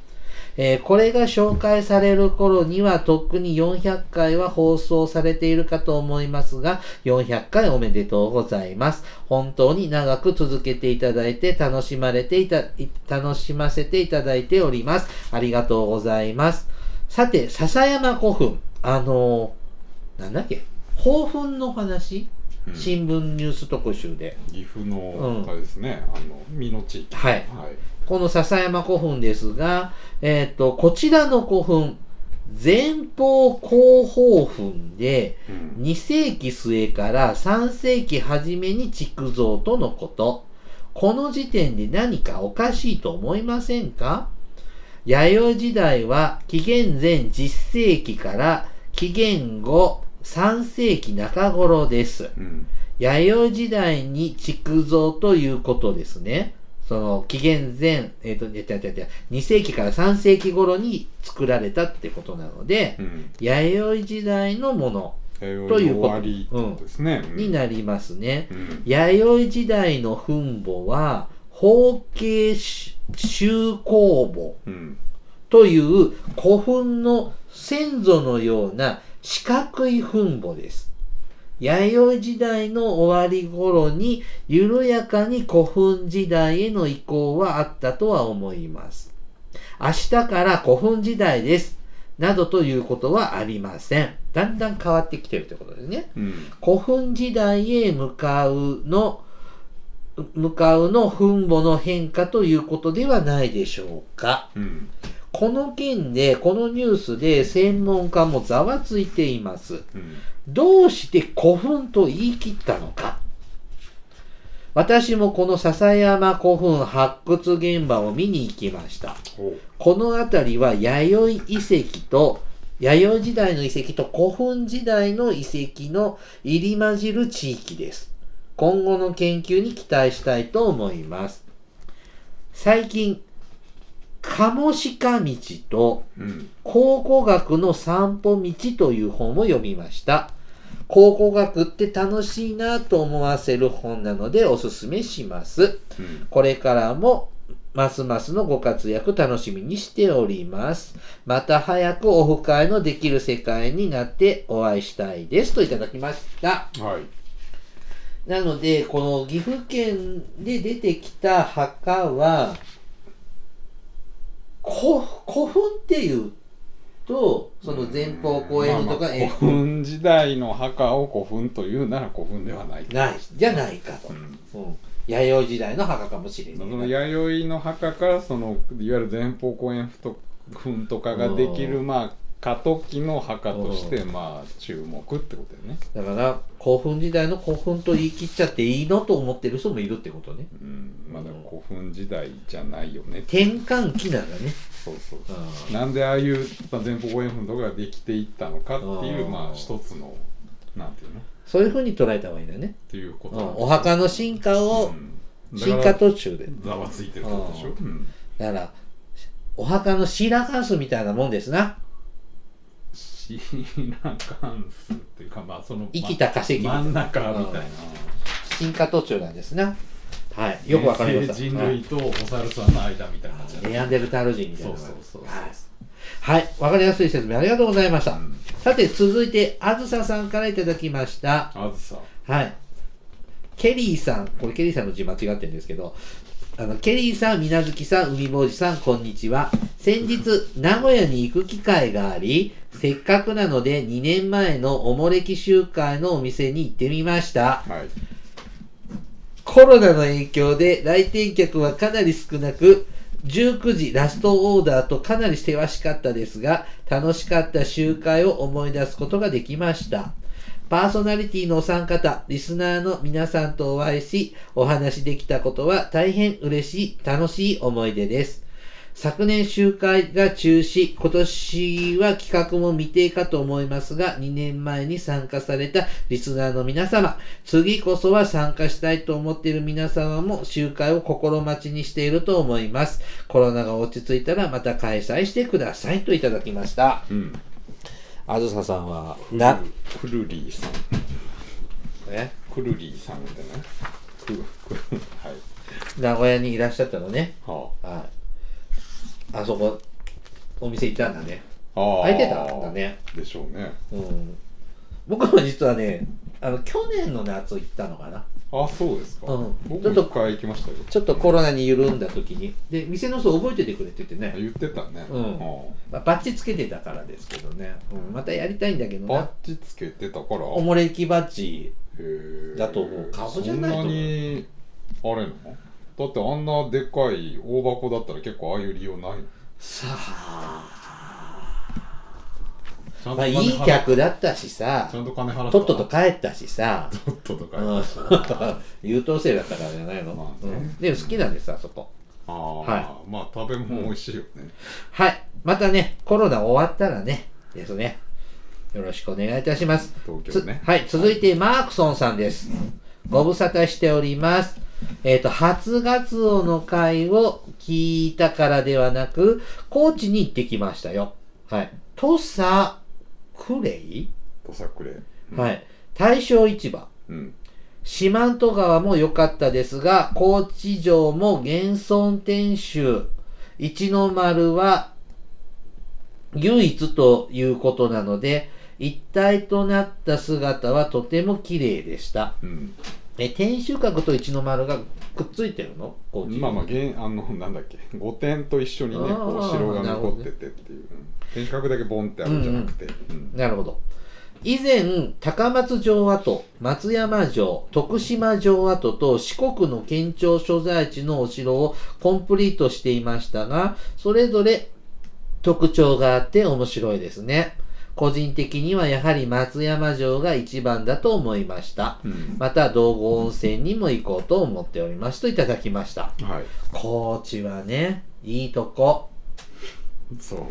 A: えーこれが紹介される頃にはとっくに400回は放送されているかと思いますが、400回おめでとうございます。本当に長く続けていただいて、楽しまれていた、い楽しませていただいております。ありがとうございます。さて、笹山古墳。あのーなんだっけ興奮の話、
B: うん
A: 新聞ニュース特集で。
B: 岐阜
A: う
B: の
A: ん
B: あれですね、あの美濃地域
A: はい
B: はい、
A: この笹山古墳ですが、えっ、と、こちらの古墳、前方後方墳で、
B: うん
A: 2世紀末から3世紀初めに築造とのこと。この時点で何かおかしいと思いませんか弥生時代は紀元前10世紀から紀元後3世紀中頃です。
B: うん
A: 弥生時代に築造ということですね。その、紀元前、えっ、と、ね、違う違う違う、2世紀から3世紀頃に作られたってことなので、
B: うん、
A: 弥生時代のもの
B: 弥
A: と
B: 生
A: いう
B: の
A: こと
B: 終わりってことですね、うん
A: になりますね。
B: うん
A: 弥生時代の墳墓は、方形周公墓
B: うん
A: という古墳の先祖のような四角い墳墓です。弥生時代の終わり頃に緩やかに古墳時代への移行はあったとは思います。明日から古墳時代です。などということはありません。だんだん変わってきてるということですね。
B: うん
A: 古墳時代へ向かうの、向かうの墳墓の変化ということではないでしょうか。
B: うん
A: この件で、このニュースで専門家もざわついています。
B: うん
A: どうして古墳と言い切ったのか。私もこの笹山古墳発掘現場を見に行きました。
B: お
A: この辺りは弥生遺跡と、弥生時代の遺跡と古墳時代の遺跡の入り混じる地域です。今後の研究に期待したいと思います。最近、鴨鹿道と
B: うん
A: 考古学の散歩道という本を読みました。考古学って楽しいなと思わせる本なのでおすすめします。
B: うん
A: これからも、ますますのご活躍楽しみにしております。また早くオフ会のできる世界になってお会いしたいですといただきました。
B: はい、
A: なので、この岐阜県で出てきた墓は、古古墳っていうと、その前方後円と
B: まあ
A: か
B: まあ
A: 円墳
B: 古墳時代の墓を古墳というなら古墳ではない
A: ない、じゃないかと
B: う。ん
A: うん、弥生時代の墓かもしれ
B: そ
A: ない
B: の弥生の墓からそのいわゆる前方後円墳とかができるまあ過渡期の墓としてまあ注目ってことだよね、
A: だから古墳時代の古墳と言い切っちゃっていいのと思ってる人もいるってことね
B: うん、まだ古墳時代じゃないよねって
A: 転換期なんだね
B: そう そう
A: う
B: なんでああいう、まあ、前方後円墳とかができていったのかっていう
A: あー
B: まあ一つのなんていうのっ
A: そういうふうに捉えた方がいいんだね、
B: ていうこ
A: う
B: と
A: ん
B: なんだ、
A: お墓の進化を
B: うんだか
A: 進
B: ら
A: 化途中で
B: ざわついてるってことでしょ、うん、
A: だからお墓のシーラカンスみたいなもんですな
B: シーラカンスっていうかまあその
A: 生きた化石みたい
B: 真
A: なん
B: 中みたいな
A: 進化途中なんですなはいよくわかりました
B: 平成人類とお猿さんの間みたいな感じだね
A: ネアンデルタール人みたいなのが
B: そうそうそう
A: はいはいわ、かりやすい説明ありがとうございました、
B: うん
A: さて続いてあずささんからいただきました
B: あずさ
A: はいケリーさんこれケリーさんの字間違ってるんですけどあのケリーさん、水無月さん、海坊主さん、こんにちは。先日、名古屋に行く機会があり、せっかくなので2年前のおもれき集会のお店に行ってみました。
B: はい
A: コロナの影響で来店客はかなり少なく、19時ラストオーダーとかなりせわしかったですが、楽しかった集会を思い出すことができました。パーソナリティのお三方、リスナーの皆さんとお会いし、お話できたことは大変嬉しい、楽しい思い出です。昨年集会が中止、今年は企画も未定かと思いますが、2年前に参加されたリスナーの皆様、次こそは参加したいと思っている皆様も集会を心待ちにしていると思います。コロナが落ち着いたらまた開催してくださいといただきました。
B: うん
A: あずささんは、
B: クルクルリーさん
A: ね、
B: クルリーさんみたいなねクルクルはい
A: 名古屋にいらっしゃったのね。
B: は
A: はい。あそこ、お店行ったんだね。
B: あああ
A: 空いてたんだね。
B: でしょうね
A: うん。僕も実はね、あの、去年の夏行ったのかな。
B: あそうですか、
A: うん
B: 僕
A: ちょっと
B: も一回行きましたよ
A: ちょっとコロナに緩んだ時に。で、店の人覚えててくれててね。
B: 言ってたね、
A: うん
B: あ
A: まあ、バッチつけてたからですけどね。うん、またやりたいんだけ
B: あ
A: ど
B: バッ
A: な。
B: チつけてたから
A: おもれきバッチ。
B: へえ
A: だと思う株じゃないと思う
B: そんなにあれなのだってあんなでっかい大箱だったら結構ああいう利用ないの
A: さあ。
B: ちゃんと
A: まあ、
B: 金
A: い
B: 払っ
A: い客だったしさ
B: ちゃ、んと金払った
A: とっとと帰ったしさ。
B: とっととか
A: う
B: あ
A: ん 優等生だったからじゃないの、
B: まあ
A: う
B: ね
A: ん、でも好きなんですあそこ
B: あー、
A: は
B: まあ食べ物美味しいよね、
A: はいまたねコロナ終わったらねですねよろしくお願いいたします
B: 東京ね
A: つはい続いてマークソンさんですご無沙汰しておりますえっ、と初ガツオの会を聞いたからではなく高知に行ってきましたよはい土佐クレイ、
B: 土佐くれ
A: はい大正市場
B: うん
A: 四万十川も良かったですが、高知城も現存天守、一の丸は唯一ということなので、一体となった姿はとても綺麗でした。
B: うん、
A: え、天守閣と一の丸がくっついてるの高知。
B: まあまあげんあのなんだっけ御殿と一緒にね
A: あー
B: こう城が
A: なるほど
B: 残っ
A: ね
B: ててっていう、うん天守閣だけボンってあるんじゃなくて、うん
A: なるほど。以前、高松城跡、松山城、徳島城跡と四国の県庁所在地のお城をコンプリートしていましたが、それぞれ特徴があって面白いですね。個人的にはやはり松山城が一番だと思いました。
B: うん
A: また道後温泉にも行こうと思っておりますといただきました。
B: はい
A: 高知はね、いいとこ。
B: そう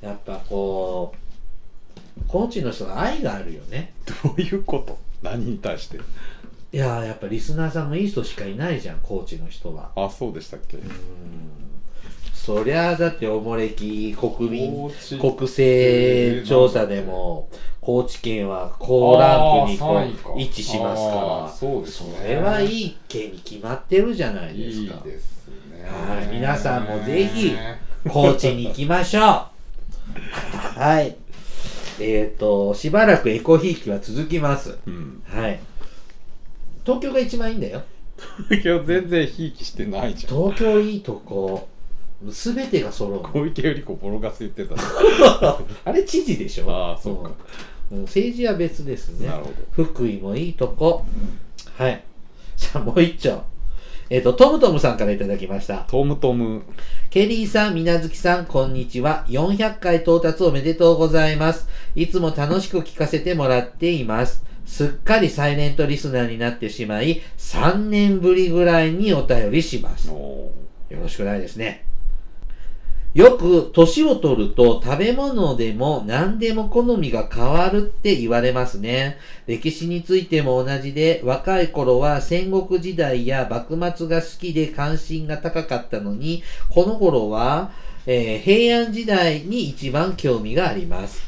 A: やっぱこう高知の人が愛があるよね
B: どういうこと何に対して
A: いやーやっぱリスナーさんもいい人しかいないじゃん高知の人は
B: あそうでしたっけ
A: うーんそりゃあだっておもれき国民
B: 高知
A: 国勢調査でも高知県は高ランクにこ
B: あー三位か
A: う位置します
B: あー
A: から
B: そうですね
A: それはいい県に決まってるじゃないで
B: い
A: す
B: い
A: か
B: ですね
A: はい皆さんもぜひ高知に行きましょう はいえっ、としばらくエコひいきは続きます
B: うん
A: はい東京が一番いいんだよ
B: 東京全然ひいきしてないじゃん
A: 東京いいとこ全てが揃う
B: 小池百合子ボロガス言 ってた
A: あれ知事でしょ
B: ああそうか、
A: うん政治は別ですね
B: なるほど
A: 福井もいいとこはいじゃあもう一丁えっ、とトムトムさんからいただきました
B: トムトム
A: ケリーさん、みなずきさん、こんにちは。400回到達おめでとうございます。いつも楽しく聞かせてもらっています。すっかりサイレントリスナーになってしまい、3年ぶりぐらいにお便りします。よ
B: お
A: ろしくないですね。よく、年を取ると食べ物でも何でも好みが変わるって言われますね。歴史についても同じで、若い頃は戦国時代や幕末が好きで関心が高かったのに、この頃は、えー平安時代に一番興味があります。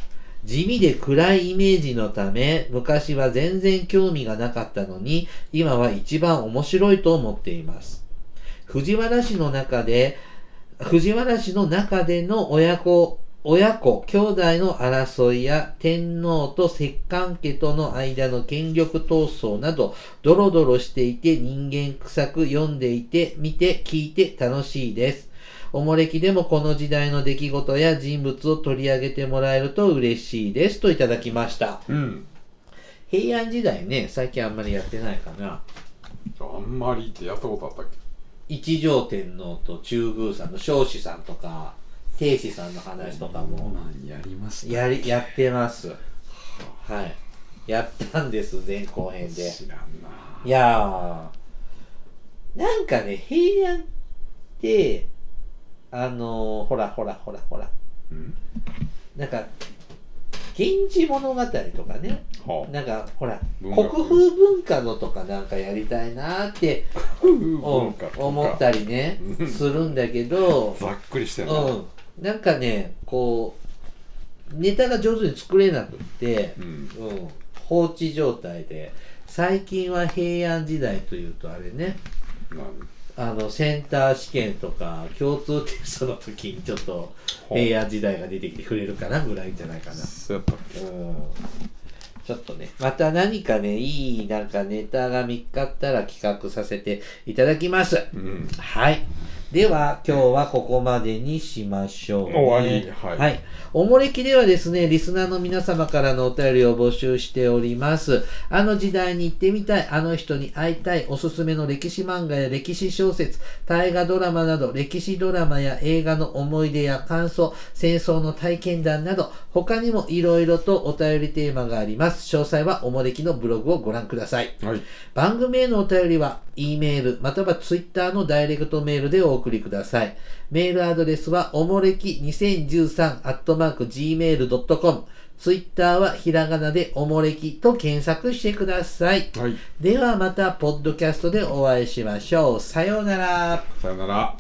A: 地味で暗いイメージのため、昔は全然興味がなかったのに、今は一番面白いと思っています。藤原氏の中で、藤原氏の中での親子、親子、兄弟の争いや天皇と摂関家との間の権力闘争など、ドロドロしていて人間臭く読んでいて、見て、聞いて楽しいです。おもれきでもこの時代の出来事や人物を取り上げてもらえると嬉しいです。といただきました。
B: うん
A: 平安時代ね、最近あんまりやってないかな。
B: あんまりってやったことあったっけ
A: 一条天皇と中宮さんの彰子さんとか、定子さんの話とかも。
B: なんやりまし
A: やりやってますはいやったんです前後編で
B: 知らんない
A: やーなんかね平安ってあのーほらほらほらほら
B: うん
A: なんか「源氏物語」とかね
B: は
A: なんかほら
B: 文
A: 国
B: 学
A: 風文化のとかなんかやりたいなーって
B: あ文
A: 思
B: 化とか
A: 思ったりね
B: うん
A: するんだけど
B: ざっくりしてるな
A: うんなんかねこうネタが上手に作れなくって
B: うん
A: うん、放置状態で最近は平安時代というとあれね
B: なん
A: あのセンター試験とか共通テストの時にちょっと
B: ほう
A: 平安時代が出てきてくれるかなぐらいじゃないかな、
B: そうやったっけ
A: うん、ちょっとねまた何かねいいなんかネタが見つかったら企画させていただきます
B: うん
A: はい。では、今日はここまでにしましょう、ね。
B: 終わりはい
A: おもれきではですね、リスナーの皆様からのお便りを募集しております。あの時代に行ってみたい、あの人に会いたい、おすすめの歴史漫画や歴史小説、大河ドラマなど、歴史ドラマや映画の思い出や感想、戦争の体験談など、他にも色々とお便りテーマがあります。詳細はおもれきのブログをご覧ください。
B: はい
A: 番組へのお便りは、E メール、または Twitter のダイレクトメールでお送りください。メールアドレスは、おもれき 2013-gmail.com。Twitter はひらがなでおもれきと検索してください。
B: はい
A: ではまた、ポッドキャストでお会いしましょう。さようなら。
B: さよなら